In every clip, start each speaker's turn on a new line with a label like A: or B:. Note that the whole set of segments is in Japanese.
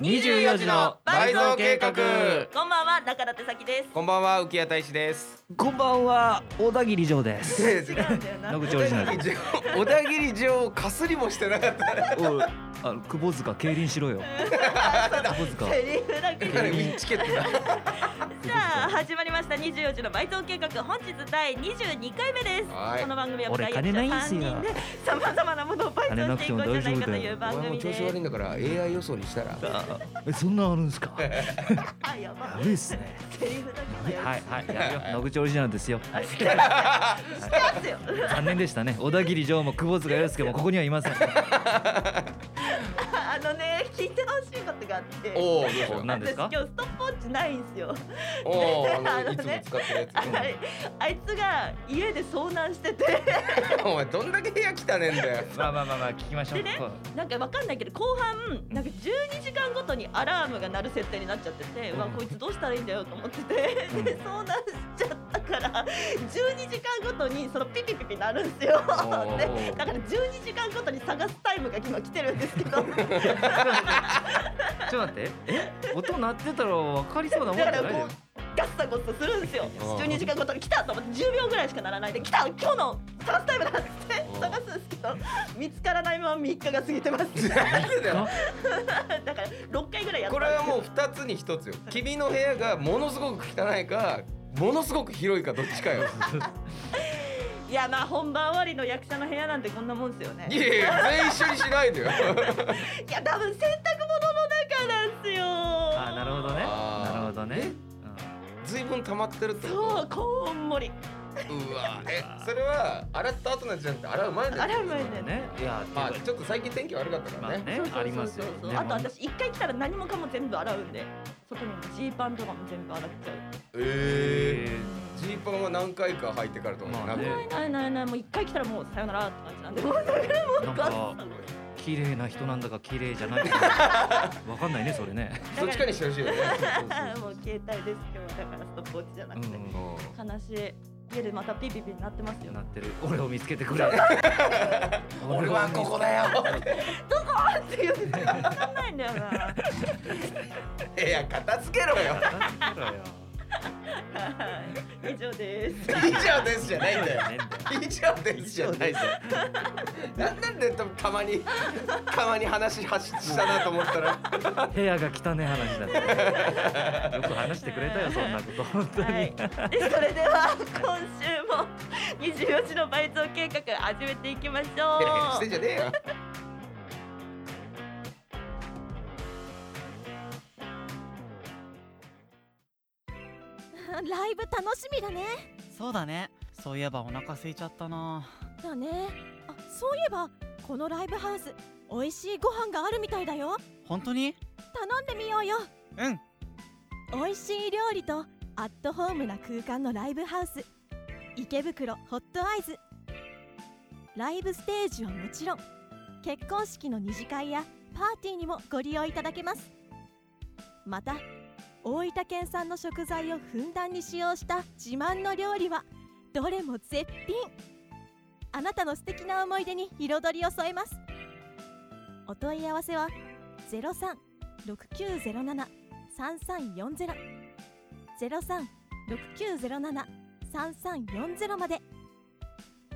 A: 24時の倍増計画
B: こんばんは中田手咲です
A: こんばんは浮谷大志です
C: こんばんは小田切城です
A: 違う
B: 違うんだよな
C: 野口オリジナル
A: 小田切城かすりもしてなかった
C: おいあの久保塚競輪しろよ久保塚
B: セリフだけ
A: ウィンチケットだ
B: さあ始まりました24時の倍増計画本日第22回目です
A: はい
B: この番組は
C: 俺金ないんすよ
B: プライアム者三人でさまざまなものを倍増していこうじゃないかという
A: お
B: 番
A: 前も
B: 組
A: 調
B: で
A: 子悪いんだから AI 予想にしたら
C: えそんなんあるんですかや
B: あやばい
C: べえっすね
B: セリフだけだよ
C: はいはいやるよ野口オリジナルですよ はい
B: してますよ
C: 残念でしたね小田切城も久保塚洋介もここにはいません
B: あのね聞いてほしいことがあって
A: おおどうしよう
C: なんですか
B: 私今日ストップウォッチないんすよ
A: おおあのいつも使ってるやつ
B: あれあいつが家で遭難してて
A: お前どんだけ部屋汚ねえんだよ
C: まあまあまあまあ聞きましょう
B: でね
C: そう
B: なんかわかんないけど後半なんか12時間ごとにアラームが鳴る設定になっちゃってて、うわ
C: うん
B: こいつどうしたらいいんだよと思ってて、
C: うん
B: でそうなっちゃったから12時間ごとにそのピピピピ鳴るんですよ
A: ー
B: でだから12時間ごとに探すタイムが今来てるんですけどだ
C: ちょっと待ってえ音鳴ってたら分かりそうなもんじゃ
B: か
C: ない
B: ら
C: で
B: こうガッサゴッサするんですよ12時間ごとに来たと思って10秒ぐらいしか鳴らないで来た今日の探すタイムだっつって
A: うん
B: 探すんですけど見つからないまま3日が過ぎてます
A: なんでだよ
B: だから6回ぐらいやった
A: こ
B: ん
A: れ
B: ですよ
A: はもう二つに一つよ君の部屋がものすごく汚いかものすごく広いかどっちかよ
B: いやまあ本番終わりの役者の部屋なんてこんなもんですよね
A: いやいや全員一緒にしないでよ
B: いや多分洗濯物の中なんですよ
C: あなるほどね
A: あー
C: なるほどね
A: 随分溜まってるってこと
B: そうこんもり
A: うわえそれは洗った後のやつじゃなくて洗う前のやつ
B: 洗う前
C: う
B: のや
C: んま
B: つ
C: あねいや
A: まあ
C: ていうか
A: ちょっと最近天気悪かったか
C: ま
A: ら
C: あ
A: ね
C: ねありますよ
B: そうそうそう
C: で
B: あ
C: も
B: と私一回来たら何もかも全部洗うんで外にジーパンとかも全部洗っちゃ
A: え
C: え
A: ージーパンは何回か履いてからとか
C: ま
A: な
C: あ
A: く
C: ね
B: うないないないないもう一回来たらもうさよならって感じなんでもう それ
C: ーな
B: も
C: んか
B: う
C: 綺麗な人なんだか綺麗じゃないか わかんないねそれね
A: どっちかにしてほしいよね
B: もう携帯です今日はだからストップウォッチじゃな
C: う
B: くて、
C: ん
B: 悲しい家でまたピピピになってますよ
C: なってる俺を見つけ てくれ
A: 俺はここだよ
B: って 言ってたらなんないんだよな
A: 部屋片付けろよ
C: なんだよ
B: はい、以上です。
A: 以上ですじゃないんだ よ
C: ね
A: 以上ですじゃないぞなんなんでたまにたまに話はししたなと思ったら
C: 部屋が汚い話だねよく話してくれたよそんなこと本当に、
B: はい、でそれでは今週も24時の倍増計画始めていきましょ
A: ヘラヘラし
B: う
A: てん。じゃねえよ
D: ライブ楽しみだね
E: そうだねそういえばお腹空いちゃったな
D: だねあそういえばこのライブハウス美味しいご飯があるみたいだよ
E: 本当に
D: 頼んでみようよ
E: うん
D: 美味しい料理とアットホームな空間のライブハウス池袋ホットアイズライブステージはもちろん結婚式の二次会やパーティーにもご利用いただけますまた大分県産の食材をふんだんに使用した自慢の料理はどれも絶品あなたの素敵な思い出に彩りを添えますお問い合わせは036907 3340 03-6907-3340まで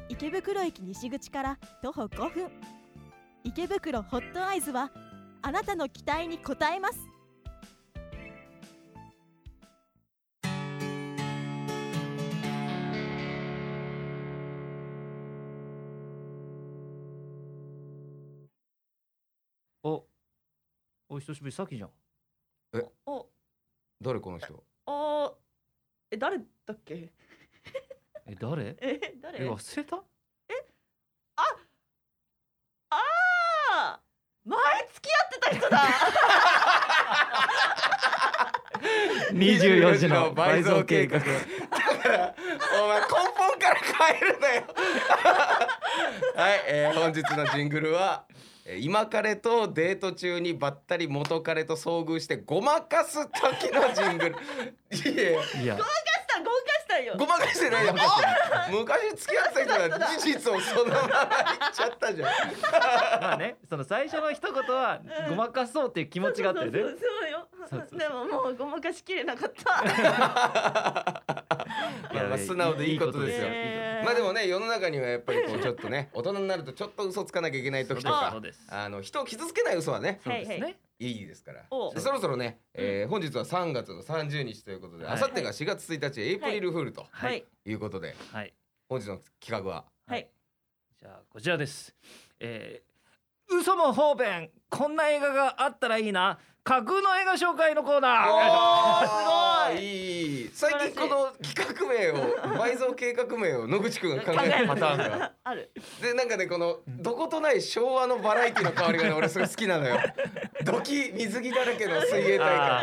D: 池袋駅西口から徒歩5分池袋ホットアイズはあなたの期待に応えます
C: おお久しぶりさっきじゃん
B: お、
A: 誰この人
B: お、え誰だっけ？
C: え誰
B: え誰
C: え？忘れた
B: あー、前付き合ってた 人だ。
C: 24時の倍増計画
A: だからお前根本から変えるなよ はい、えー本日のジングルはえー今彼とデート中にばったり元彼と遭遇してごまかす時のジングルいえ
C: いや
B: した、ゴンカしたよ
A: ごまかして ないよ昔付き合ってた人が事実をそのまま言っちゃったじゃん
C: まあねその最初の一言は
B: うん
C: ごまかそうっていう気持ちがあってね
B: そうそうそう
C: そう
B: そう
C: そう
B: よでももうごまかしきれなかった
C: いや
A: まあ素直でいいことですよ
C: いい
B: えー
A: まあでもね世の中にはやっぱりこうちょっと ね大人になるとちょっと嘘つかなきゃいけない
C: こと
A: 時
C: です
A: と
C: よそ
A: か
C: うです
A: あの人を傷つけない嘘はね
C: そうです
B: はいは
C: ね
A: いいですから
B: おう
A: でそろそろね、えー本日は3月の30日ということで
C: は
A: あ
C: い
A: さってが4月1日エイプリルフールと
B: は
C: はいい
A: いうことで
C: はい
A: 本日の企画は
B: はい
C: じゃあこちらです。えー、嘘も方便こんな映画があったらいいな架空の映画紹介のコーナー。
A: お
B: ーすごい
A: いい最近この企画名を倍増計画名を野口くんが考えるパターンが
B: ある
A: でなんかねこのどことない昭和のバラエティの香りがね俺すごい好きな のよドキ水着だらけの水泳大
C: あー
A: 会
C: は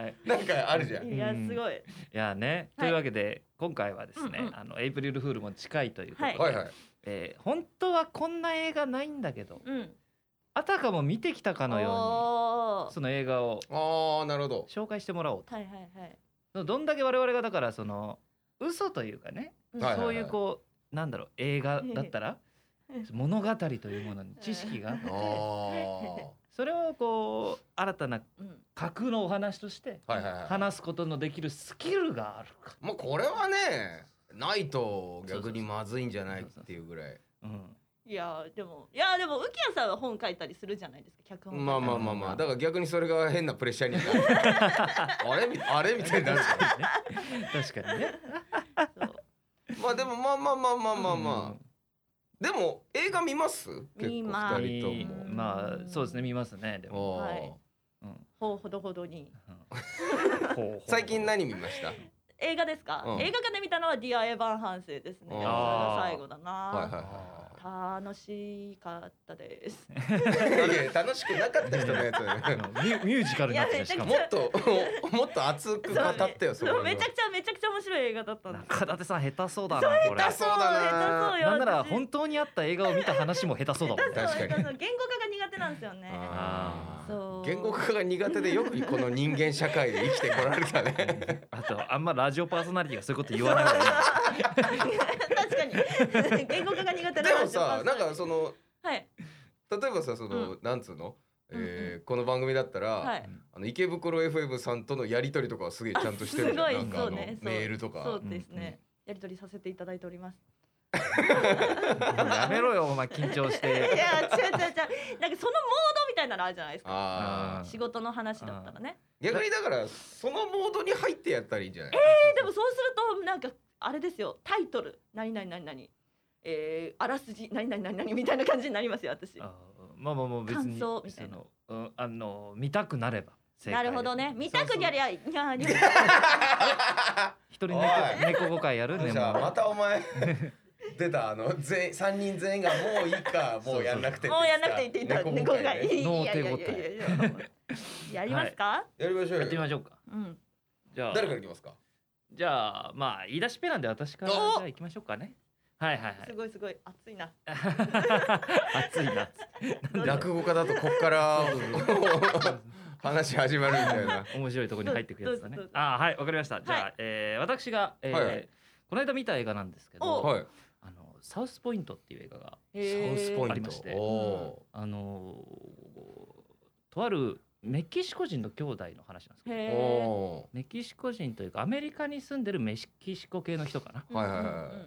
C: いはい
A: なんかあるじゃん
B: いやすごい
C: いやね、
B: はい
C: というわけで今回はですね、
B: うんうん
C: あのエイプリルフールも近いということで、
B: は
A: は
B: い
A: いはい
C: えー本当はこんな映画ないんだけど
B: うん
C: あたかも見てきたかのよ
B: お
C: うに
B: ー
C: その映画を
A: ああなるほど
C: 紹介してもらおう
B: はいはいはい
C: とどんだけ我々がだからその嘘というかね、
B: うん
A: はい
C: そういうこうなんだろう映画だったら
B: うん
C: 物語というものに知識があって
A: あー
C: それをこう新たな
B: うん
C: 架空のお話として
A: はいはいはい
C: 話すことのできるスキルがあるか、
A: もうこれはねないと逆にまずいんじゃないっていうぐらい
C: うん、
B: いやでもいやでも浮谷さんは本書いたりするじゃないですか脚本
A: まあまあまあまあだから逆にそれが変なプレッシャーになる あれみあれみたいになるじゃん
C: 確かにね
B: そう
A: まあでもまあまあまあまあまあま
C: あ
A: あでも映画見ます
B: 見まあす
A: 結構二人とも
C: まあそうですね見ますねでも、
A: おー
B: はい
C: うん
B: ほうほどほどに
C: うんほうほう
A: 最近何見ました
B: 映画ですか、
A: うん
B: 映画館で見たのはディア・エヴァン・ハンセイですねそれが
C: あー
B: 最後だな、
A: はいはい
B: 楽しかったです
A: はいいや楽しくなかった人のやつだ
C: あ
A: よ
C: の
A: ね
C: ミュミュージカルになってたしか
B: い
C: も
A: もっともっと熱く語ってよそ
B: そう
A: こ
B: めちゃくちゃめちゃくちゃ面白い映画だったんです
C: 中舘さん下手そうだなこれ
A: 下手そうだな
B: 下手そうよ
C: なんなら
B: 私
C: 本当にあった映画を見た話も下手そうだも
A: 下
C: ん
A: 手
C: ね
A: 確かに
B: そうそう言語化が苦手なんですよね
A: あ
B: そ
A: ー
B: う
A: 言語化が苦手でよ くこの人間社会で生きてこられたね
C: あとあんまラジオパーソナリティがそういうこと言わない方がいい
B: 確かに言語化が苦手
A: で
B: なん
A: も
B: ですよ
A: さなんかその
B: は
A: 例
B: い
A: えばさその、
B: う
A: なんつうの、
B: うん
A: えーこの番組だったら、
B: はい
A: あの池袋 FM さんとのやり取りとかはすげえちゃんとしてるじゃん
B: あす
A: な
B: ごい
A: んかあの
B: そうねそう
A: メールとか
B: そうですね、やり取りさせていただいております
C: やめろよお前緊張し
B: い
C: て
B: や違う違う違うなんかそのモードみたいなのあるじゃないですか
A: ああ
B: 仕事の話だったらね
A: 逆にだからそのモードに入ってやったらいいんじゃない、
B: えでもそうするとなんかあれですよタイトル何々何々えー、あらすじ何々何々みたいな感じになりますよ私
C: あまあまあまあ別に
B: 感想みたいな
C: そのうんあの見たくなれば正
B: な
C: 解
B: るほどね見たくにゃり
C: ゃ
B: ゃい やにゃ
C: 一人猫猫5回やるね
A: じゃあ
C: も
A: またお 前出たあの全員3人全員がもういいかもうやんなくて
B: もうやんなくていいって言った
A: 猫
B: 猫
A: 崩壊
B: がい
A: ね
B: い
C: ノー
B: やいやいやいやいややりますか、
A: やりましょ
C: う
A: う
C: やってみ
A: よ
C: ましょうか
B: うん
C: じゃあ
A: 誰からいきますか
C: じゃあまあ言い出しペなんで私からじ
A: お
C: ゃあ行きましょうかねはいはい
B: すごいすごい熱いな
C: はい暑いな
B: どうぞ
A: 落語家だとこっから 話始まるみたいな
C: 面白いところに入ってくるやつだね
B: どうぞどうぞ
C: あーはいわかりましたじゃあ、
B: はい
C: えー私が、えー
A: はいはい
C: この間見た映画なんですけ
B: お
C: ど
A: はい
C: あのサウスポイントっていう映画が
B: へー
A: サウスポイント
C: ありまして
A: お
C: あのーとあるメキシコ人の兄弟の話なんですけど
A: ー
B: へー
A: お
C: メキシコ人というかアメリカに住んでるメキシコ系の人かな。
A: ーはいはいはい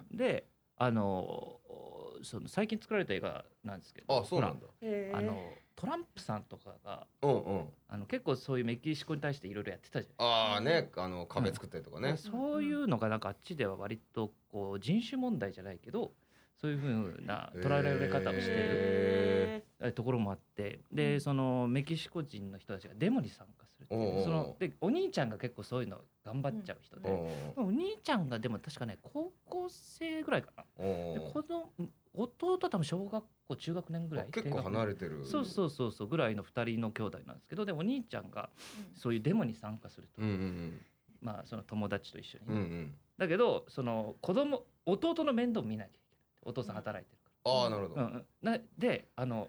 B: うん
C: であのーその最近作られた映画なんですけど
A: あそうなんだ
B: へー
C: ほらあのトランプさんとかが
A: うんうん
C: あの結構そういうメキシコに対していろいろやってたじゃない
A: ああねあの壁作ったりとかね、
C: そういうのがなんかあっちでは割とこう人種問題じゃないけどそういうふうな捉えられ方をしている
B: へ
C: えところもあって
B: う
C: で
B: ん
C: そのメキシコ人の人たちがデモに参加するっていう
A: おうおうおう
C: そのでお兄ちゃんが結構そういうの頑張っちゃう人
B: う
C: で、
B: ん
A: お
C: お兄ちゃんがでも確かね高校生ぐらいかな、
A: ーお
C: で
A: ー
C: この弟は多分小学校中学年ぐらい
A: 結構離れてる
C: 低学年そうそうそうそうぐらいの2人の兄弟なんですけどでお兄ちゃんがそういうデモに参加すると、
A: うんうん
C: まあその友達と一緒に
A: うんうん
C: ね、
A: うん
C: だけどその子供弟の面倒見なきゃいけないお父さん働いてるから。
A: ああなるほ
C: う
A: ど、
C: んうん、なであの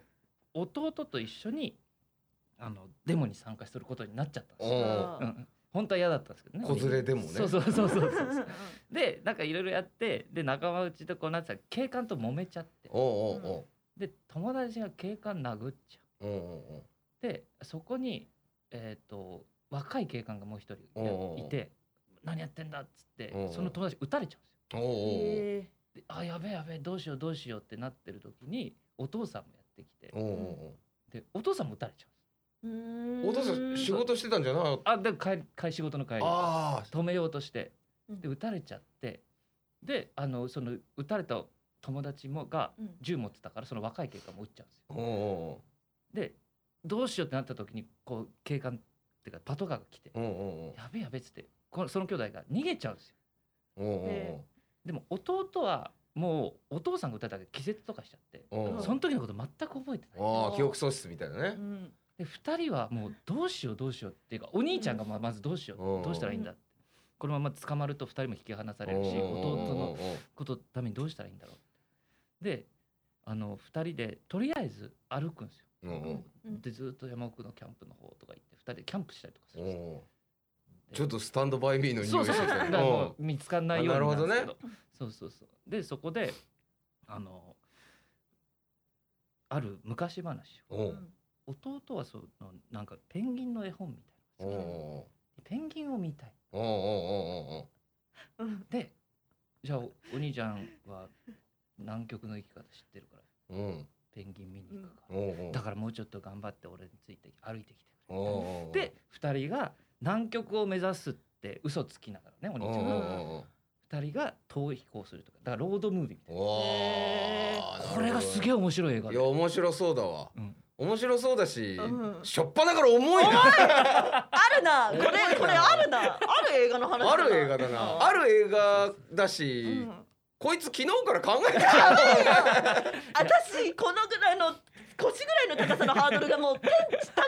C: 弟と一緒にあのデモに参加することになっちゃったんです
A: お
C: よ、
A: ー
C: うんうん本当は嫌だったんですけどね
A: 子連れでもね
C: そうそうそうそうそ う
B: うんうん
C: でなんかいろいろやってで仲間内とこうなってたら警官と揉めちゃって
A: おうおう
C: で友達が警官殴っちゃ
A: おうおうおう
C: うでそこにえっ、と若い警官がもう一
A: おうおう
C: 人いて「何やってんだ」っつって
A: おうおう
C: その友達撃たれちゃうんですよ。
A: おうおうおう
B: へ
C: であやべえやべえどうしようどうしようってなってる時にお父さんもやってきて
A: おうお
C: でお父さんも撃たれちゃうんです
B: ーう
A: うおうお父さ
B: ー
A: ん仕事してたんじゃない
C: あで帰り帰り仕事の帰り
A: ああ
C: 止めようとして
B: うん
C: で撃たれちゃってであのその撃たれた友達もが
B: うん
C: 銃持ってたからその若い警官も撃っちゃうんですよ。
A: おうお
C: でどうしようってなった時にこう警官っていうかパトカーが来て
A: うおうおうおう
C: やべえやべえっつってこのその兄弟が逃げちゃうんですよ
A: おうおう
B: で
C: でも弟はもうお父さんが歌ったから気絶とかしちゃって
A: おうおう
C: その時のこと全く覚えてない
A: ああ記憶喪失みたいなね
B: うん
C: で2人はもうどうしようどうしようっていうかお兄ちゃんがまあまずどうしよ
A: うん
C: うどうしたらいいんだってこのまま捕まると2人も引き離されるし
A: おうおうおうおう
C: 弟のことのためにどうしたらいいんだろうってであの2人でとりあえず歩くんですよ
A: おう
B: うん
C: でずっと山奥のキャンプの方とか行って2人でキャンプしたりとかす
A: お
C: る
A: うん
C: ですよ
A: おうちょっとスタンドバイミーの匂
C: そ
A: いうして
C: そうそ
A: た
C: う。だから
A: よ
C: もう見つかんないようになるんですけ
A: な
C: ど。そうそうそう。でそこであのある昔話
A: おう
C: を弟はそのなんかペンギンの絵本みた
A: おう
C: いなのが好
A: お
C: きでペンギンを見たい。
A: うおうおうおうおうおう
B: うん
C: でじゃあおお兄ちゃんは南極の生き方知ってるから
A: うん
C: ペンギン見に行くから。
A: おうおう
C: だからもうちょっと頑張って俺について歩いてきてく
A: おうおうおう
C: れ。で二人が南極を目指すって嘘つきながらねお
A: おう
C: 兄
A: お
C: ちゃん
A: う
C: が。
A: おう
C: 二人が遠い飛行するとかだからロードムービーみたいな。
A: おうお
B: へ
A: う
C: これがすげえ面白い映画
A: い
C: で
A: や面白そうだわ
C: うん
A: 面白そうだし
B: うん
A: しょっぱなから重いな
B: あるなこれこれあるなある映画の話だな
A: ある映画だなある映画だ
B: う
A: し
B: ん
A: こいつ昨日から考えてた
B: 私このぐらいの腰ぐらいの高さのハードルがもう天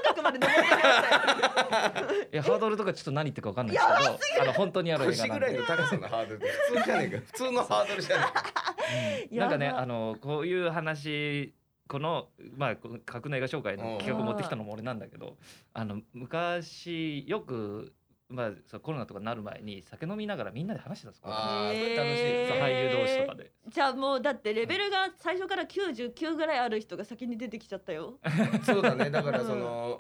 B: 高くまで登り上がっ
C: いやハードルとかちょっと何言ってるかわかんないですけどあの本当にある映画
A: 腰
C: な
A: ぐ
C: ん
A: らい
C: で
A: の高さのハードルって普通じゃねえか普通のハードルじゃね
B: て
C: なんかね
B: やば
C: あのこういう話このまあこの格の映画紹介の企画を持ってきたのも俺なんだけどあの昔よくまあそうコロナとかなる前に酒飲みながらみんなで話してたんですこういう話
A: あー
B: へー
A: 楽しい
C: そう俳優同士とかで
B: じゃあもうだってレベルが最初から99ぐらいある人が先に出てきちゃったよ。
A: えかそうだねだからその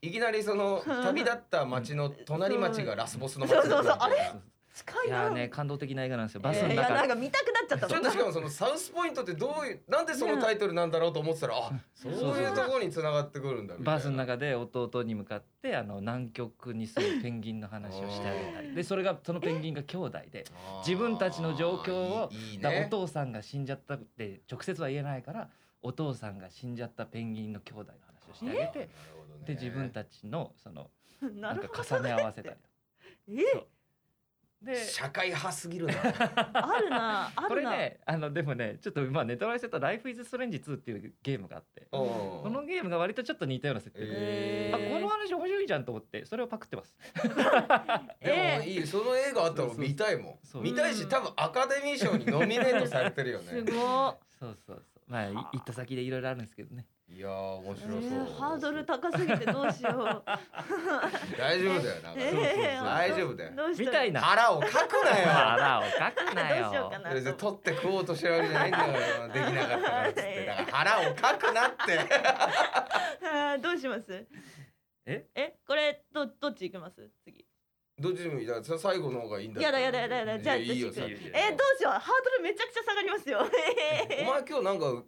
A: いきなりその旅立った町の隣町がラスボスの町
B: そうそうそうあれ
C: そうそう
B: 近
C: い
B: いな。
C: やーね感動的な映画なんですよバス
B: えー
C: の
B: いや
C: 中
B: な
C: で
B: んか見たくなっちゃった
A: ちょっ
B: もん
A: としかもそのサウスポイントってどういうなんでそのタイトルなんだろうと思ってたらあそういうところに繋がってくるんだみたいな
C: バスの中で弟に向かってあの南極に住むペンギンの話をしてあげたりでそれがそのペンギンが兄弟で
A: あー
C: 自分たちの状況を
A: いいいい
C: だからお
A: ね
C: 父さんが死んじゃったって直接は言えないからお父さんが死んじゃったペンギンの兄弟の話をしてあげてで自分
A: ち
C: たちのそのな
B: なんるほ
C: か
B: ど。
C: 重ね合わせたり
B: え
C: で
A: 社会派す ぎるな
B: あるなあ
C: こ
B: る
C: れ
B: な。
C: ねあのでもねちょっとまあネタバレしてた「Life is Strange 2」っていうゲームがあって
A: こ
C: このゲームが割とちょっと似たような設定で、
A: え
B: ー
C: あこの話面白いじゃんと思ってそれをパクってます。
A: でもいいその映画あったら
C: そうそう
A: 見たいも
C: そ
A: ん
C: う
A: 見たいし多分アカデミー賞にノミネートされてるよ
B: す
A: ね
B: ごい。
C: そうそうそうまあい行った先でいろいろあるんですけどね
A: いやー面
B: え
A: 白そう
B: ー、ハードル高すぎてどうしよう。
A: 大丈夫だよな
B: えー
A: 大丈夫だよ
B: どうし
C: み
B: よう
C: たいな
A: 腹をかくなよ
C: 腹をかくなよ
B: どうしようかな
A: 別に取って食おうとしてるわけじゃないんだからできなかったからっつってだから腹をかくなって
B: あーどうします？
C: え
B: えこれどどっち行きます？次。
A: どっちでもいいだから最後の方がいいんだった
B: や
A: ら
B: だやだやだやだじゃあ
A: いいよさ
B: 私行
A: お前
B: くえー、どうしようハードルめちゃくちゃ下がりま すよ。えー
A: 今日なんか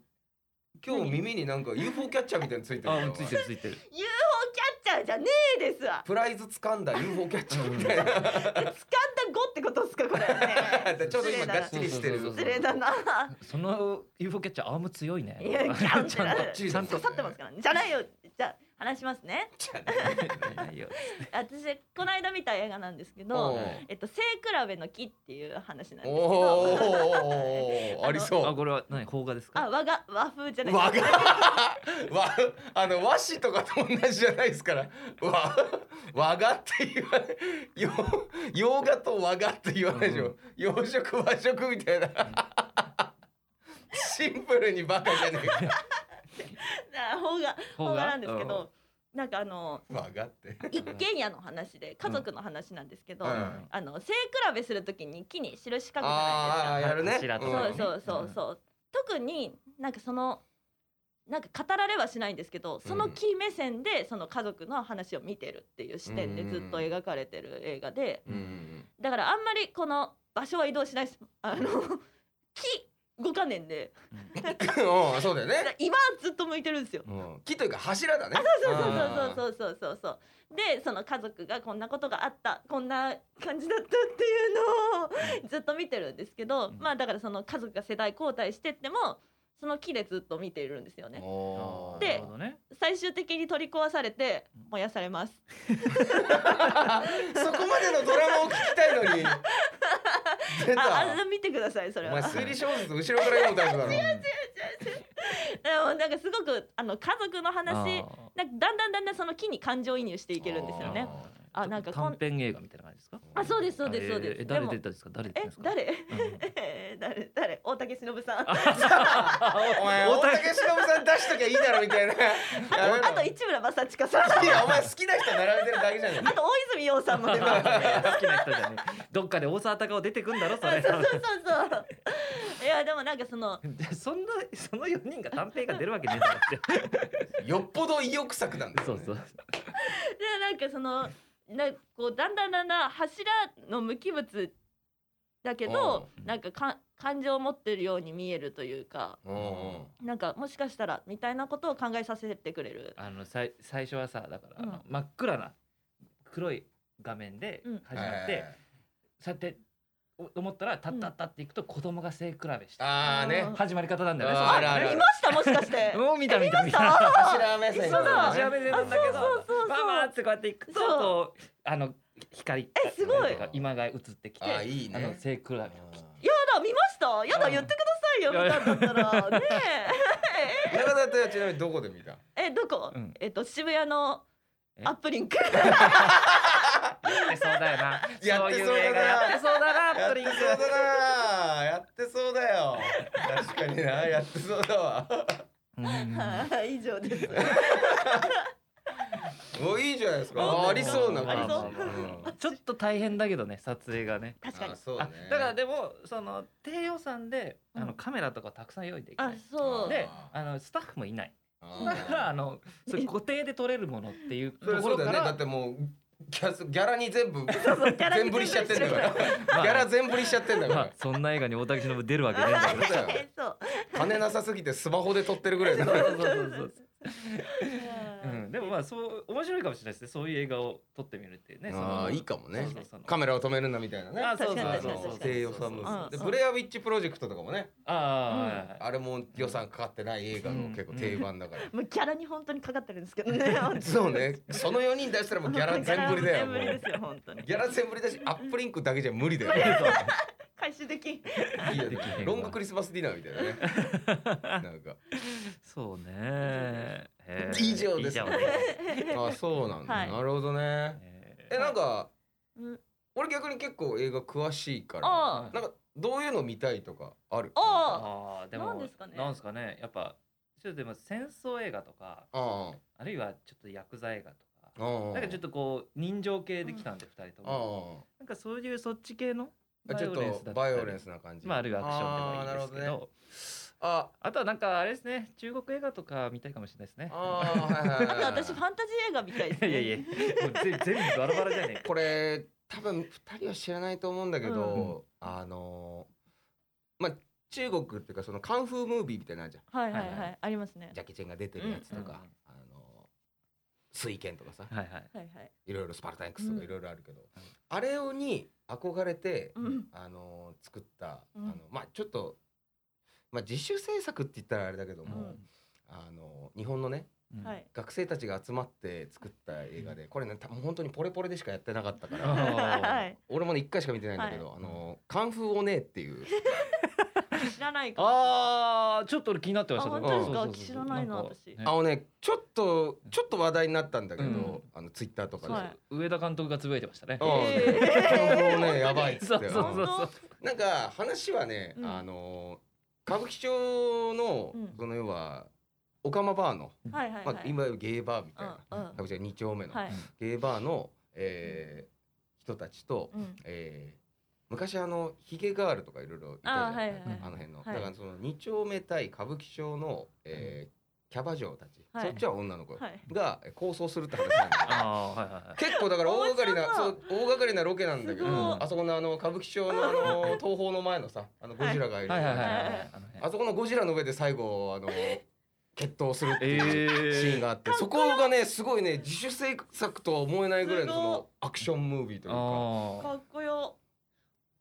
A: 今日耳になんか UFO キャッチャーみたいについてる
C: あ
A: よ
C: うんついてるついてる
B: UFO キャッチャーじゃねえですわ。
A: プライズ掴んだ UFO キャッチャーみたいな。
B: 掴んだ5ってことですかこれ、ね
A: ちょっと今がっちりしてる
C: そうそう
B: 失礼だな。
C: その UFO キャッチャーアーム強いね
B: いや、ちゃんと
C: ちゃんと
A: ちゃんと
B: 刺さってますから、ね。じゃないよ。じゃあ話しますね。
C: ないよ
B: 私この間見た映画なんですけ
A: おう
B: ど、えっと背比べの木っていう話なんです
A: おー
B: けど。
A: おーおーあり
C: あ
A: そ
C: これは何邦画です
B: あ、
C: か
B: 和が和風じゃな
A: う
B: い。
A: わ が わあの和紙とかと同じじゃないですからわ和がって言わ洋洋画と和がって言わないでしょ、
C: うん
A: 洋食和食みたいな シンプルにバカじゃねえか
B: な方が
C: 邦
B: 方
C: 画
B: がなんですけど、なんかあの
A: 分かって
B: 一軒家の話で家族の話なんですけど、
A: うん
B: あの背比べするときに木に印書くじ
A: ああ
B: ゃ
A: やるね
C: 柱と
B: な
C: ー
B: いですか。そうそうそうそう。特になんかそのなんか語られはしないんですけど、その木目線でその家族の話を見てるっていう視点でずっと描かれてる映画で、
A: うんうん
B: だからあんまりこの場所は移動しないです。あの木動かねえんで、
A: うんうんそうだよ
B: だか
A: ね
B: ら今ずっと向いてるんですよ。
A: うん木というか柱だね
B: そうそうそうそうそうそうそうそうでその家族がこんなことがあったこんな感じだったっていうのをずっと見てるんですけど、
C: うん
B: まあだからその家族が世代交代してってもその木でずっと見ているんですよね
A: おー
B: で
C: なるほどね
B: 最終的に取り壊されて燃やされます
A: そこまでのドラマを聞きたい のに出
B: ああ
A: た
B: れ見てくださいそ
A: お
B: れ
A: 前
B: は
A: 推理小説後ろから読むタイプだろ
B: でもなんかすごくあの家族の話
C: あ
B: なんかだんだんだんだんその木に感情移入していけるんですよね
C: ー
B: あなんかこん
C: 短編映画みたいな感じですか
B: あそうですそうですそう
C: え
B: で
C: ーえ
B: す
C: 誰
B: も
C: 出たんですか誰出たん
B: え
C: ですか
B: 誰
C: うん
B: え誰 誰大竹しのぶさん
A: お前大竹しのぶさん出しときゃいいだろみたいなやめろ
B: あと市村正親さん
A: いやお前好きな人並べてるだけじゃ
B: あと大泉洋さんも出ます。
C: 好きな人じゃねえどっかで大沢たかお出てくんだろそ
B: そう
C: れ
B: そうそうそうそう。いやでもなんかその
C: でそんなその4人が短編が出るわけねえだろっ
A: ないよっぽど意欲作なんだ
C: て
A: よね
C: そうそう
B: でなんかそのなこうだんだんだんだん柱の無機物だけど
C: うん
B: なんかか感情を持ってるように見えるというか。
A: うんうん
B: なんかもしかしたらみたいなことを考えさせてくれる。
C: あのさい最初はさだから、あの
B: うん
C: 真っ暗な黒い画面で
B: うん
C: 始まって、そうやってお思ったらタッタッタっていくと子供が背比べして、
A: ああね
B: うん
C: 始まり方なんだよね。
A: あー
C: そう
A: あるあ
B: い
A: る
B: ましたもしかして。
C: もう見た見た見た。
A: 柱目線
B: そうだ
A: だ
C: 調べてたんだけど
B: あそうそうそうそう、
C: バーバーってこうやっていくと、
B: そう
C: こうあの光
B: えすごい
C: が今が映ってきて、
A: あいいね
C: あの背比べを
B: やだ見ました。やだ言ってくださいよ
C: うん
B: みたいなんだったらね
A: 中田ってちなみにどこで見た
B: え。えどこ？
C: うん
B: えっと渋谷の
C: え
B: アップリンク。
C: やってそうだよな。
A: やってそうだな
C: そういう映画やってそうだな。
A: やっ
C: プ
A: て
C: リン
A: そ
C: ク
A: う。だなやってそうだよ確かになやってそうだわ
C: うん
B: はい、 以上です。
A: もういいじゃないですか
B: あ
A: あありそうな
B: あり
A: 感じ
B: そう
A: うん
C: ちょっと大変だけどね撮影がね。
B: 確かに
A: あ。そう
C: あ
A: ね
C: だからでもその低予算で、あ
B: う
C: の
B: ん
C: カメラとかたくさん用意でき
B: あ
C: ない、。
B: そう。
C: で
A: あ
C: あのスタッフもいない。
A: あー
C: だからあのそういう固定で撮れるものっていう
A: そ
C: と
A: れ
C: こ
A: そ
C: ろ
A: うだ
C: か
A: よねだっ
C: ら、
A: てもうギャスギャラに全部
B: そうギャラに
A: 全振りしちゃってんだ からギ
C: まあ
A: ャラ全振りしちゃってんだか
C: ま
A: ら
C: あそんな映画に大竹しのぶ出るわけね えんだけど。
A: だよ
B: えそう。
A: 金なさすぎてスマホで撮ってるぐらいだ
C: そう
A: から
C: そうそうそう。う
B: うん
C: ん、でもまあそう面白いかもしれないですねそういう映画を撮ってみるってねそ
A: あ
C: の
A: あいいかもね
C: そうそうそう
A: カメラを止めるなみたいなね
C: あそう
B: 確
C: そう
B: かに確
C: そう
B: かに確かに
A: 低予算
B: う
A: も
B: ん
A: で
B: うん
A: ブレアウィッチプロジェクトとかもね
C: ああ、
A: あれも予算かかってない映画の結構定番だから
B: もうギャラに本当にかかってるんですけどね。
A: そうねその4人出したらもうギャラ全振りだよも
B: ギャラ全振り
A: う
B: ですよ本当に。
A: ギャラ全振りだしアップリンクだけじゃ無理だよね
B: 回収できん。
A: いいよね
C: できへんわ
A: ロングクリスマスディナーみたいなねなん か
C: そうねえー
A: 以上です
C: 以上で す
A: あそうなんだ
B: はい
A: なるほどね
C: え
A: えなんか
B: うん
A: 俺逆に結構映画詳しいから
B: ああ。
A: なんかどういうの見たいとかある
C: ー
B: あ
C: あーでも
B: なんですかね
C: なんですかねやっぱちょっとでも戦争映画とか
A: あ
C: あるいはちょっと薬剤映画と
A: あ
C: かなんかちょっ
A: と
C: とこう人情系できたんで二人と
A: ああ
C: もなんかそういうそっち系の
A: ああちょっとバイオレンスな感じ
C: まああるいはアクションでもいいですけど
A: あーなるほねあ
C: あとはなんかあれですね中国映画とか見たいかもしれないですね
A: あーはいはい
B: あ
A: はい
B: と私ファンタジー映画みたいです
C: い
B: ね。
C: やいやもうぜ全部バラバラじゃねえか
A: これ多分2人は知らないと思うんだけど、あのーまあ中国っていうかそのカンフームービーみたいなのあるじゃ
B: はいはい
C: はい
B: は
C: はい
B: ありますね
A: んジ。ャッキーチェンが出てるやつとか、
C: うんうん
A: あのー水剣とかさ
C: はいはい。
B: はいはい。
A: いろいろスパルタン X と
B: うん
A: かいろいろあるけど、
C: うん
A: あれをに憧れて、
B: うん
A: あのー作った、
B: うん
A: あのまあちょっと、まあ、自主制作って言ったらあれだけども、
B: うん
A: あのー日本のね
C: うん
B: はい。
A: 学生たちが集まって作った映画でこれねたもう本当にポレポレでしかやってなかったから
C: あー
B: はい。
A: 俺もね一回しか見てないんだけど、あのカンフーおねえっていう
B: 知らないかも。
C: ああ、ちょっと俺気になってました。
B: あ
C: そ
A: 本
C: れ
A: 当です
B: か
C: そうそうそう
B: 知らないなん
C: か
B: 私
C: ね
A: あのねちょっとちょっと話題になったんだけど、
C: うん
A: あのツイッターとかで、
B: はい
C: 上田監督がつぶやいてましたね。
A: うん
B: え
A: カンフーおねえやばいっつ
C: そ
A: っ
C: うそ
A: て
C: うそう
B: 本当
A: なんか話はね、
B: うん
A: あの歌舞伎町の、
B: うん
A: その要はオカマバーの、
B: はいはい
A: ま
B: は
A: あ、
B: い。
A: 今ゲイバーみたいな、
B: うんうん
A: こちら2丁目の、
B: はい。
A: ゲイバーの、えー人たちと、
B: うん。
A: えー昔あのヒゲガールとかいろいろいたじゃ
B: あ
A: ん
B: ーはいはいはい
A: あの辺の、
B: はい
A: だからその2丁目対歌舞伎町の、えーキャバ嬢たち、
B: はい
A: そっちは女の子
B: はい。
A: が えー抗争するって話なんだよ、
C: ああーはいはいはい
A: 結構だから大掛かりな
B: 面白
A: そ
B: そう
A: 大掛かりなロケなんだけど、
B: す
C: ごい
A: あそこのあの歌舞伎町のあ の東宝の前のさあのゴジラがいる、
C: はいはいはいい
B: は
C: はいい。あの辺
A: あそこのゴジラの上で最後あの決闘するっていう。
C: えー
A: シーンがあってそこがねすごいね自主制作とは思えないぐらいの
B: す
A: そ
B: ごい
A: のアクションムービーというか
C: あ
B: かっこよ。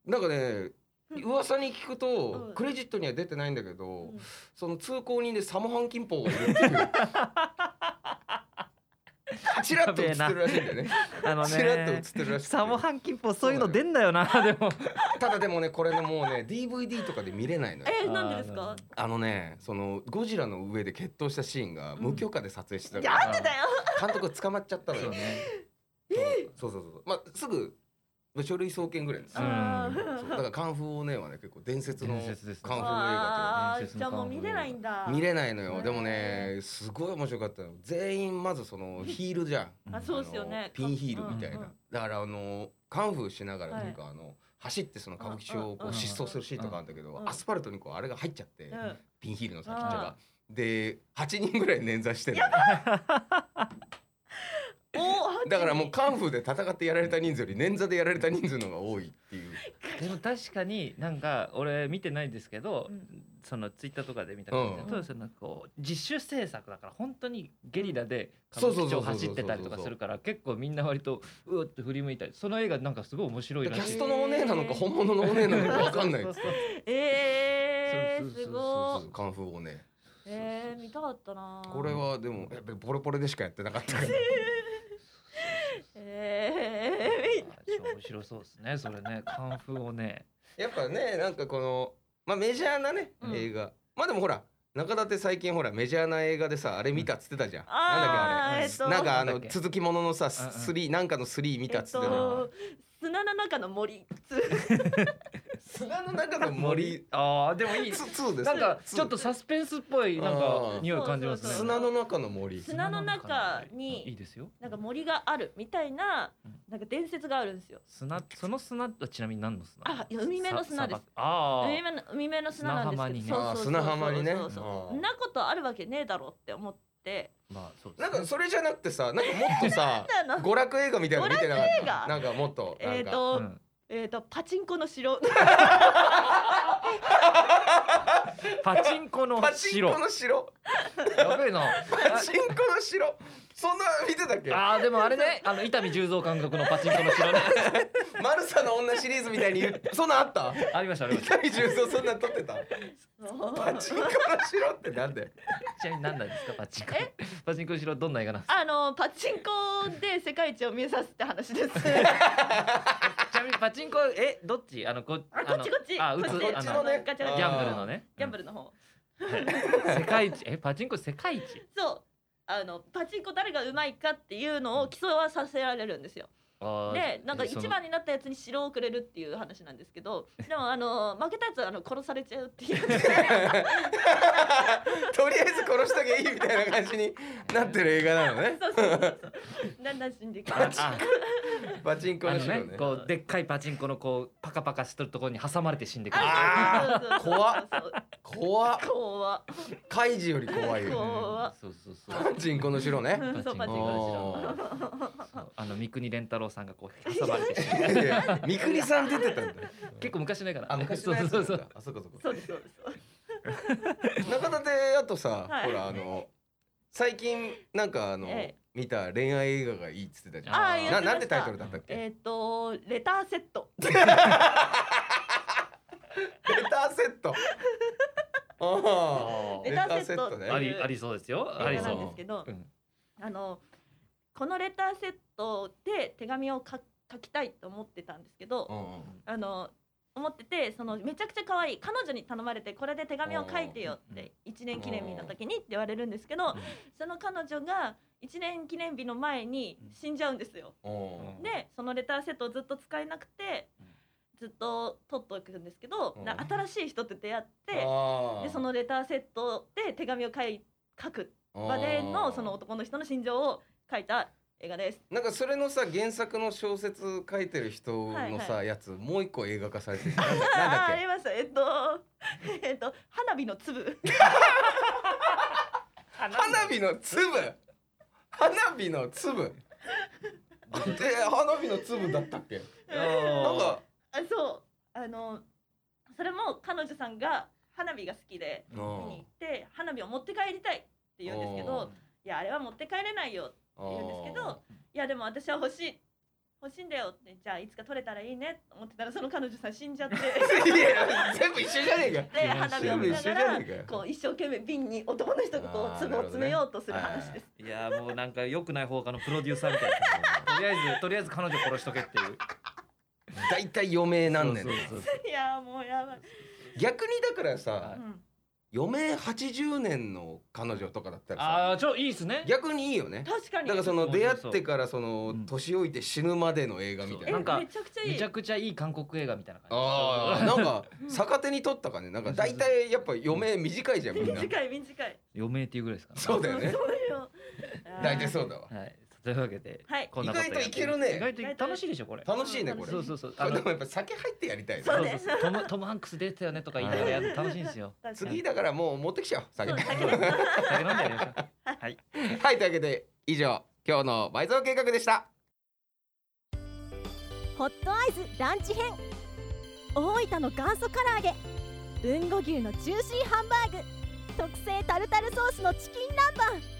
A: なんかね噂に聞く
B: う
A: と
B: ん
A: クレジットには出てないんだけど
B: うん
A: その通行人でサモハンキンポがいるって いう。チラッと映ってるらしいんだよね。
C: ー あの
A: チラッと映っ
C: ね
A: てるらしい。
C: サモハンキンポそういうの出んだよなでも
A: ただでもねこれねもうね DVD とかで見れないのよ
B: えなんでです
C: あ
B: か
C: ーなるほど？
A: あのねそのゴジラの上で決闘したシーンが無許可で撮影してたか
C: や
A: ら、
B: なんでだよ。
A: 監督捕まっちゃったの
C: そう
A: よ、
C: ね
A: そうそうそうそうまあすぐ書類送検ぐらいです
C: うん
B: あー
A: そうだからカンフーオーネーはね結構伝説の
C: 伝説ですね
A: カンフー映画
B: あ
C: 伝
B: ー
C: 説
B: じゃ
C: の
B: あ
C: 顔
B: もう見れないんだ。
A: という見れないのよ
B: うん
A: でもねすごい面白かったの全員まずそのヒールじゃん
B: あそうですよね。
A: あのピンヒールみたいな、
B: うんうん
A: だからあのカンフーしながらというか、あの走ってその歌舞伎町をこ
B: うんうん
A: う
B: うん
A: 疾走するシーンとかあるんだけど、
B: うんうん
A: アスファルトにこうあれが入っちゃって、
B: うん
A: ピンヒールの先っちょ
B: あ
A: が。で8人ぐらい捻挫してる
B: お
A: だからもうカンフーで戦ってやられた人数より捻挫でやられた人数の方が多いっていう
C: でも確かになんか俺見てないですけど、
B: うん
C: そのツイッターとかで見た感じだと、
B: うん
C: そのこう自主制作だから本当にゲリラで歌
A: そう
C: 舞
A: そう
C: 伎
A: そう
C: 町
A: そうそう
C: 走ってたりとかするから結構みんな割とうおって振り向いたりその映画なんかすごい面白い
A: キ
C: ら
A: ャ
C: し
A: ス
C: い。
A: トのお姉なのか本物のお姉なのか分かんない
C: そうそうそう
B: え
C: そう
B: ー
C: そうそう
B: す
A: そ
B: ご
A: う
B: い
A: そう。カンフーをね
B: えー見たかったな。
A: これはでもやっぱりポレポレでしかやってなかったから
B: え
C: あー面白そうですねそれねカンフーをね
A: やっぱねなんかこの、まあ、メジャーなね、
B: うん
A: 映画まあでもほら中田って最近ほらメジャーな映画でさあれ見たっつってたじゃん、なんだっけあれ
B: あー
C: れ
B: えっと
A: なんかあ
C: な
A: の
C: んだっけ
A: 続きもののさ、
C: うんうん
A: スリーなんかのスリー見
B: え
A: たっ
B: っ
A: つってたの、
B: と砂の中の森
A: 砂の中の森
C: ああでもいい
A: ツツーです
C: なんか
A: ツー
C: ちょっとサスペンスっぽいなん
A: あ
C: か
A: ー
C: 匂い感じますね
B: そうそうそう
A: 砂の中の森
B: 砂の中に
C: いいですよ
B: なんか森があるみたいな
C: うん
B: なんか伝説があるんですよ。
C: 砂その砂はちなみに何の砂
B: あいや海辺の砂です
C: さ砂漠あー
B: 海辺の海辺の砂なんですけど、
C: 砂
A: 浜にね
B: そうそうそうそう
A: あ砂浜にねあ
B: そうそうそ
A: ー
B: うなことあるわけねえだろうって思 って
C: まあそうです
A: な
C: ね
A: んかそれじゃなくて さなんかもっとさ
B: なんだあの
A: 娯楽映画みたいなの見てなかっ
B: 娯
A: た
B: 楽映画
A: なんかもっとな
B: え
A: ん
B: っ、
A: か、
B: と、
C: うん
B: えっ、とパチンコ の城
C: パチンコの
A: パチン
C: 白
A: コの城
C: やべえな
A: パチンコの城そんな見てたっけ
C: あーでもあれねあの伊丹十三監督のパチンコの白ね
A: マルサの女シリーズみたいに言うそんなんあった
C: ありましたあり
A: 伊
C: ました
A: 丹十三そんなん撮ってたパチンコの城ってなんで
C: ちなみに何なんですかパチンコパチンコの白どんな映画なんですか
B: あのパチンコで世界一を見えさすって 話です。
C: ちなみにパチンコえどっちあのこ
B: あこっちこっち。
C: あ打つ
B: こ
A: こっ
C: あ
A: ちの
C: の
A: ね
B: ガチャガチャ
C: ギャンブルのね
B: ギャンブルの方。
C: はい世界一えパチンコ世界一
B: そう。あのパチンコ誰がうまいかっていうのを競わさせられるんですよ。
C: あー
B: でなんか
C: その
B: 一番になったやつに城をくれるっていう話なんですけど でもあの負けたやつはあの殺されちゃうっていう
A: とりあえず殺しとけいいみたいな感じになってる映画なのね
B: そうそうそうそうだんだん死んでいく
C: ああ
A: パチンコ
C: あ
A: の
C: の
A: 城ね
C: ねこうでっかいパチンコのこうパカパカしてるところに挟まれて死んでくる
A: あ
B: ー
A: 怖っ怖っ
B: 怖
A: カイジより怖いよ
B: 怖
C: そうそうそう
A: パチンコの城ね
B: そうパチンコの
A: あ
C: そうあの三國連太郎さんがこう挟まれて死んで
A: ーいやいや三國さん出てたんだ
C: 結構昔の映画だ
A: あ昔のやつ
C: そ
A: な
C: うんそう
A: だ
C: そう
A: あそこそこ
B: そうですそうですそうです
A: 中田であとさ
B: はい
A: ほらあの最近なんかあの
B: ええ
A: 見た恋愛映画がいいっつってたじゃん
B: ああ言って
A: な
B: ました
A: なんてタイトルだったっけ
B: えっ、とレターセット
A: レターセ ット。ああ、
B: レターセット
A: レ
C: あ
A: タね。
C: りありそうですよ
B: 映
C: あり
B: 画
C: そ
B: な
C: うん
B: ですけど
C: うん
B: あのこのレターセットで手紙をか書きたいと思ってたんですけど、
A: うんうん
B: あの思っててそのめちゃくちゃ可愛い彼女に頼まれてこれで手紙を書いてよって1年記念日の時にって言われるんですけど
C: うん
B: その彼女が1年記念日の前に死んじゃうんですよ。
A: うん
B: でそのレターセットをずっと使えなくて
C: うん
B: ずっと取っておくんですけど
A: うん
B: な新しい人と出会って
A: あー
B: でそのレターセットで手紙を書い書く場でのその男の人の心情を書いた映画です。
A: なんかそれのさ原作の小説書いてる人のさ、
B: はいは
A: やつもう一個映画化され てるなんだなん
B: ああー、
A: だ
B: あ
A: っ
B: り
A: け
B: ます。えっと、 えっと、花火の粒。
A: 花火の粒花火の粒あで花火の粒だったっけなんか
B: あ、そう、あの、それも彼女さんが花火が好きで、
A: う
B: 見
A: ん
B: に行って、花火を持って帰りたいって言うんですけど。いや、あれは持って帰れないよって言うんですけど、いや、でも私は欲しい。欲しいんだよって、じゃあ、いつか取れたらいいねと思ってたら、その彼女さん死んじゃ って。
A: いや全部一緒じゃねえか
B: で、花火を見なが
A: 全
B: ら
A: 部一緒じゃねえ、かよ
B: こう一生懸命瓶に男の人がこ
A: あー
B: う粒を詰めようとする
A: なるほどね
B: 話です。
C: いやもうなんか良くない方かのプロデューサーみたいなとりあえずとりあえず彼女殺しとけっていう
A: 大体余命なんねん
C: そうそうそう
B: いやー、もうやばい。
A: 逆にだからさ
C: はい
B: うん
A: 余命80年の彼女とかだったらさ
C: ああちょいいっすね
A: 逆にいいよね
B: 確か
A: だ
B: に。
A: からその出会ってからその
C: うん
A: 年老いて死ぬまでの映画みたいな
B: え
C: なんか
B: めちゃくちゃい
C: め
B: い
C: ちゃくちゃいい韓国映画みたいな感じ
A: ああなんか逆手に取ったかねなんか大体やっぱ余命短いじゃんみんな
B: 短い短い
C: 余命っていうぐらいですかね
A: そうだよね
B: そうだよあー
A: 大体そうだわ
C: はいというわけで
B: はい
C: こんなことやって
A: 意外といけるね
C: 意外とい楽しいでしょこれ
A: 楽しいねこれ
C: そうそうそう
A: こ
C: あ
A: れ
C: の
A: でもやっぱ酒入ってやりたいね
B: そうね
C: トムトムハンクス出てたよねとか言いながらやるの楽しいんで すよ
B: 確かに
A: 次だからもう持ってきちゃおう酒
B: そう
A: は
B: 酒です
C: 酒飲んでやりましょう
A: いというわけで以上今日の倍増計画でした
D: ホットアイズランチ編大分の元祖唐揚げ豊後牛のジューシーハンバーグ特製タルタルソースのチキン南蛮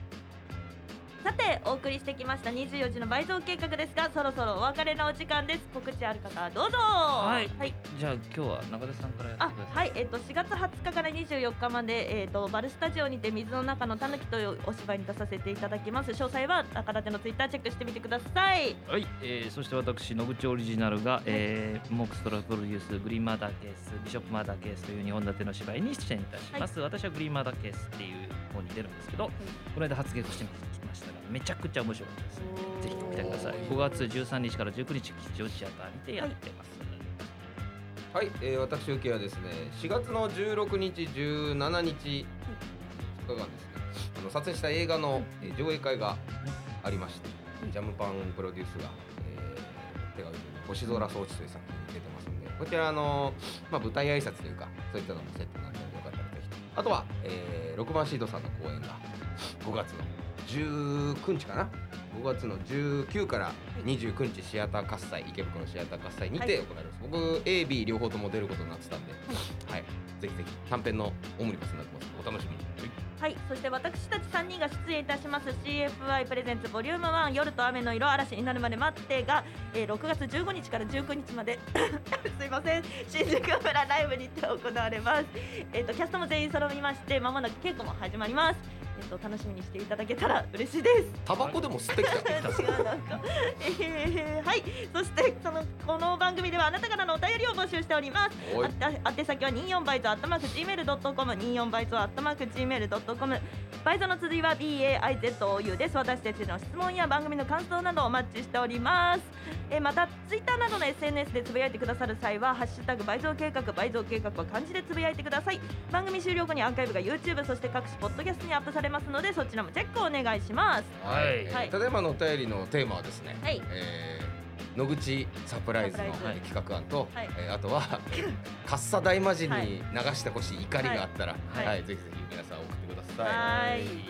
B: さてお送りしてきました24時の倍増計画ですがそろそろお別れのお時間です告知ある方はどうぞ
C: はい
B: はい
C: じゃあ今日は中田さんからやって
B: あ
C: くださ
B: はいい、えっと4月20日から24日まで、えっとバルスタジオにて水の中のたぬきというお芝居に出させていただきます詳細は中田手のツイッターチェックしてみてください
C: はい、えーそして私野口オリジナルが、えーモックストラプロデュースグリーンマーダーケースビショップマーダーケースという2本立ての芝居に出演いたします、私はグリーンマーダーケースっていう方に出るんですけど、この間初稽古してきましたがめちゃくちゃ面白かったですぜひ来てください5月13日から19日吉祥寺シアターにてやってます、
A: はい、えー、私受けはですね4月の16日17日2日間ですねあの撮影した映画の、えー上映会がありまして、ジャムパンプロデュースが、えー、手が挙げている星空装置という作品に出てますんでこちらあの、まあ、舞台挨拶というかそういったのもセットなんでよかったらぜひあとは、えー、6番シードさんの公演が5月の19日かな5月の19から29日シアター喝采池袋シアター喝采にて行われます、僕 AB 両方とも出ることになってたんで、はいぜひぜひ短編のオムニバスになってますのでお楽しみに、
B: はい、そして私たち3人が出演いたします CFI プレゼンツボリューム1夜と雨の色嵐になるまで待ってが、えー6月15日から19日まで すいません新宿村ライブにて行われますえっ、とキャストも全員揃いましてまもなく稽古も始まりますえっ、と楽しみにしていただけたら嬉しいです
A: タバコでも吸ってきた
B: 違うなんか、えー はいそしてそのこの番組ではあなたからのお便りを募集しております
A: おい
B: あた宛 先は24バイトアットマーク gmail.com 24バイトアットマーク gmail.com バイトの綴りは BAIZOU です私たちの質問や番組の感想などお待ちしておりますえーまたツイッターなどの SNS でつぶやいてくださる際は「ハッシュタグ倍増計画倍増計画」は漢字でつぶやいてください番組終了後にアーカイブが YouTube そして各種ポッドキャストにアップされますのでそちらもチェックお願いします
A: はい、え
B: は
A: ー
B: い
A: ただいまのお便りのテーマはですね、
B: はい
A: えー野口サプライズの
B: サプ
C: ライズ
A: 企画案と、
B: はい
A: えーあと はかっさ大魔神
B: はい
A: に流してほしい怒りがあったら、は
B: はいい
A: ぜひぜひ皆さん送ってください。
B: はいよろしくお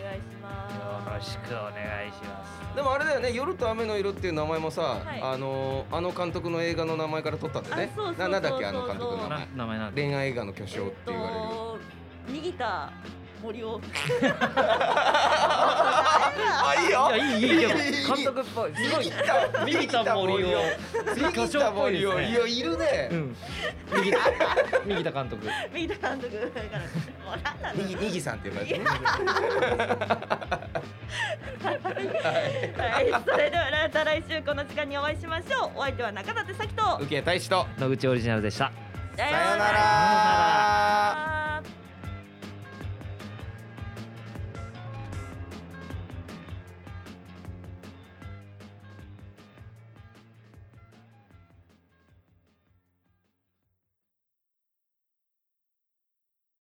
B: 願いします
C: よろしくお願いします
A: でもあれだよね「夜と雨の色」っていう名前もさ、
B: はい
A: あのーあの監督の映画の名前から取ったんだよね
B: あそうそうそう
A: ななんだっけあの監督の
B: そ
A: 名前
B: う
C: な名前なんで
A: 恋愛映画の巨匠って言われる、
B: えっと握った森を
A: あいいよ
C: いやいいいいでも監
A: い
C: 督っぽいすご
A: 右
C: い
A: 田
C: 右田森を
A: 右田森をいやいるね、
C: うん右田監督
B: 右田監督だからもらったの
A: にぎにぎさんって呼ばれてね。
B: はい、それではまた来週この時間にお会いしましょうお相手は中舘咲希と
A: 受け大使と。
C: 野口オリジナルでした
A: さ
B: さ
A: ようなら。
B: うなら